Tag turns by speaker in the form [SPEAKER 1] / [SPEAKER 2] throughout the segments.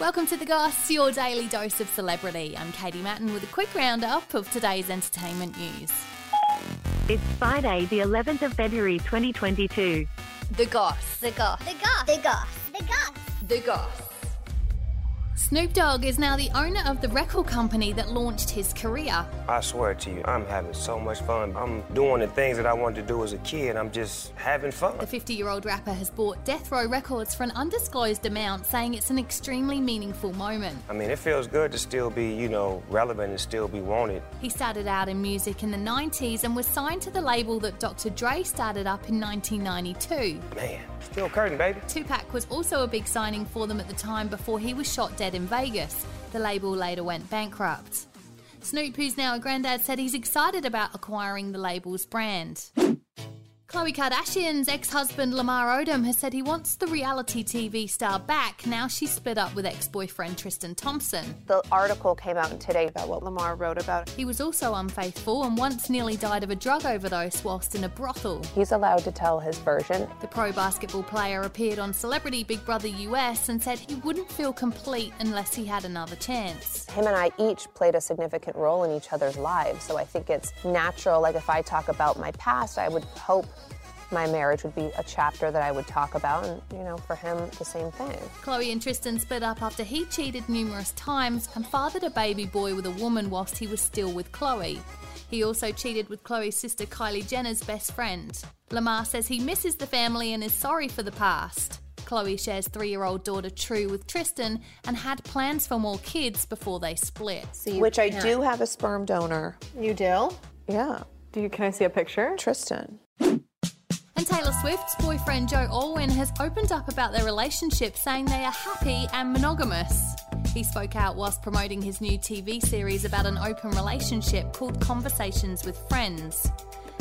[SPEAKER 1] Welcome to The Goss, your daily dose of celebrity. I'm Katie Matten with a quick roundup of today's entertainment news.
[SPEAKER 2] It's Friday, the 11th of February 2022.
[SPEAKER 3] The Goss. The Goss.
[SPEAKER 4] The goth. The goth. The goth.
[SPEAKER 3] The Goss.
[SPEAKER 1] Snoop Dogg is now the owner of the record company that launched his career.
[SPEAKER 5] I swear to you, I'm having so much fun. I'm doing the things that I wanted to do as a kid. I'm just having
[SPEAKER 1] The
[SPEAKER 5] fun.
[SPEAKER 1] 50 year old rapper has bought Death Row Records for an undisclosed amount, saying it's an extremely meaningful moment.
[SPEAKER 5] I mean, it feels good to still be, you know, relevant and still be wanted.
[SPEAKER 1] He started out in music in the 90s and was signed to the label that Dr. Dre started up in 1992.
[SPEAKER 5] Man, still curtain, baby.
[SPEAKER 1] Tupac was also a big signing for them at the time before he was shot dead in Vegas. The label later went bankrupt. Snoop, who's now a granddad, said he's excited about acquiring the label's brand. Khloe Kardashian's ex husband Lamar Odom has said he wants the reality TV star back now she's split up with ex boyfriend Tristan Thompson.
[SPEAKER 6] The article came out today about what Lamar wrote about.
[SPEAKER 1] He was also unfaithful and once nearly died of a drug overdose whilst in a brothel.
[SPEAKER 6] He's allowed to tell his version.
[SPEAKER 1] The pro basketball player appeared on Celebrity Big Brother US and said he wouldn't feel complete unless he had another chance.
[SPEAKER 6] Him and I each played a significant role in each other's lives, so I think it's natural. Like, if I talk about my past, I would hope my marriage would be a chapter that I would talk about, and, you know, for him, the same thing.
[SPEAKER 1] Chloe and Tristan split up after he cheated numerous times and fathered a baby boy with a woman whilst he was still with Chloe. He also cheated with Chloe's sister Kylie Jenner's best friend. Lamar says he misses the family and is sorry for the past. Chloe shares three year old daughter True with Tristan and had plans for more kids before they split.
[SPEAKER 6] Which I do have a sperm donor.
[SPEAKER 7] You do?
[SPEAKER 6] Yeah,
[SPEAKER 7] Do you, can I see a picture?
[SPEAKER 6] Tristan.
[SPEAKER 1] And Taylor Swift's boyfriend Joe Alwyn has opened up about their relationship, saying they are happy and monogamous. He spoke out whilst promoting his new TV series about an open relationship called Conversations with Friends.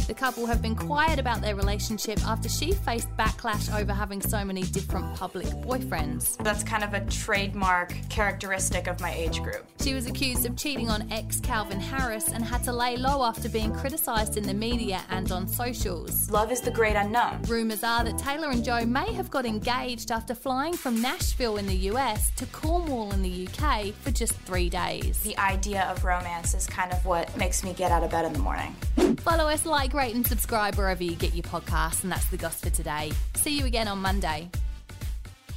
[SPEAKER 1] The couple have been quiet about their relationship after she faced backlash over having so many different public boyfriends.
[SPEAKER 8] That's kind of a trademark characteristic of my age group.
[SPEAKER 1] She was accused of cheating on ex Calvin Harris and had to lay low after being criticised in the media and on socials.
[SPEAKER 8] Love is the great unknown.
[SPEAKER 1] Rumours are that Taylor and Joe may have got engaged after flying from Nashville in the US to Cornwall in the UK for just three days.
[SPEAKER 8] The idea of romance is kind of what makes me get out of bed in the morning.
[SPEAKER 1] Follow us, like, rate, and subscribe wherever you get your podcasts, and that's the gossip for today. See you again on Monday.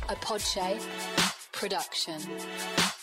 [SPEAKER 9] a Podshape production.